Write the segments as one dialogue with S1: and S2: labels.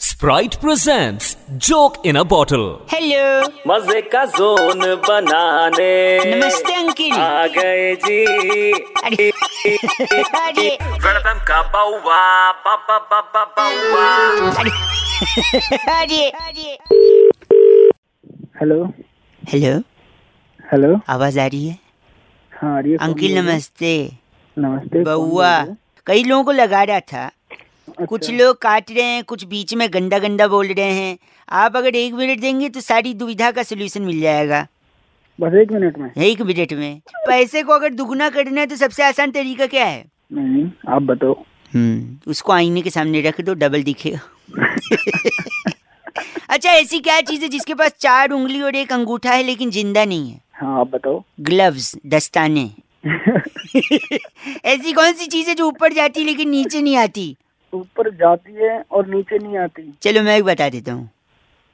S1: Sprite presents Joke in a Bottle.
S2: Hello
S3: मजे का zone बनाने
S2: नमस्ते अंकिल
S3: आ गए जी
S2: अरे अरे
S3: वेलकम का बाउवा बाबा बाबा बाउवा
S2: अरे
S4: हेलो
S2: हेलो
S4: हेलो
S2: आवाज आ रही है
S4: हाँ आ रही है
S2: अंकिल नमस्ते
S4: नमस्ते
S2: बउआ कई लोगों को लगा रहा था
S4: अच्छा।
S2: कुछ लोग काट रहे हैं कुछ बीच में गंदा गंदा बोल रहे हैं आप अगर एक मिनट देंगे तो सारी दुविधा का सोल्यूशन मिल जाएगा
S4: बस एक मिनट में
S2: एक मिनट में पैसे को अगर दुगना करना है तो सबसे आसान तरीका क्या है
S4: नहीं नहीं आप बताओ
S2: हम्म उसको आईने के सामने रख दो डबल दिखेगा अच्छा ऐसी क्या चीज है जिसके पास चार उंगली और एक अंगूठा है लेकिन जिंदा नहीं है
S4: हाँ आप बताओ
S2: ग्लव्स दस्ताने ऐसी कौन सी चीज है जो ऊपर जाती है लेकिन नीचे नहीं आती
S4: ऊपर जाती है और नीचे नहीं आती
S2: चलो मैं एक बता देता हूँ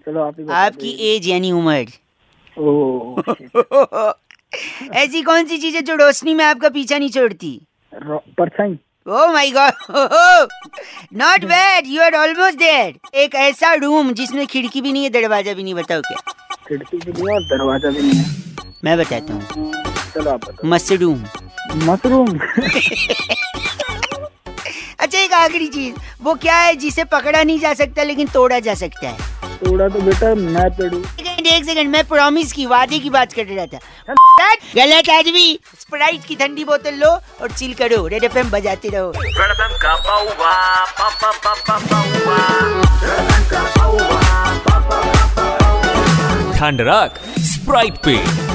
S4: चलो आप ही बता
S2: आपकी एज यानी उम्र
S4: दीजिए। ओह shit.
S2: ऐसी कौन सी चीज है जो रोशनी में आपका पीछा नहीं छोड़ती Oh
S4: रो- परछाई
S2: oh my god not bad you are almost there एक ऐसा रूम जिसमें खिड़की भी नहीं है दरवाजा भी नहीं बताओ क्या
S4: खिड़की भी नहीं है और दरवाजा भी नहीं है
S2: मैं बताता हूँ
S4: चलो आप बताओ
S2: मशरूम
S4: मशरूम
S2: अच्छा एक आखिरी चीज वो क्या है जिसे पकड़ा नहीं जा सकता लेकिन तोड़ा जा सकता है
S4: थोड़ा तो बेटा मैं पेड़ू
S2: एक सेकंड एक सेकंड मैं प्रॉमिस की वादे की बात कर रहा था गलत आदमी स्प्राइट की ठंडी बोतल लो और चिल करो रेड एफएम बजाते रहो
S3: वेलकम का बाउवा बाबा बाबा बाउवा
S1: ठंड राख स्प्राइट पे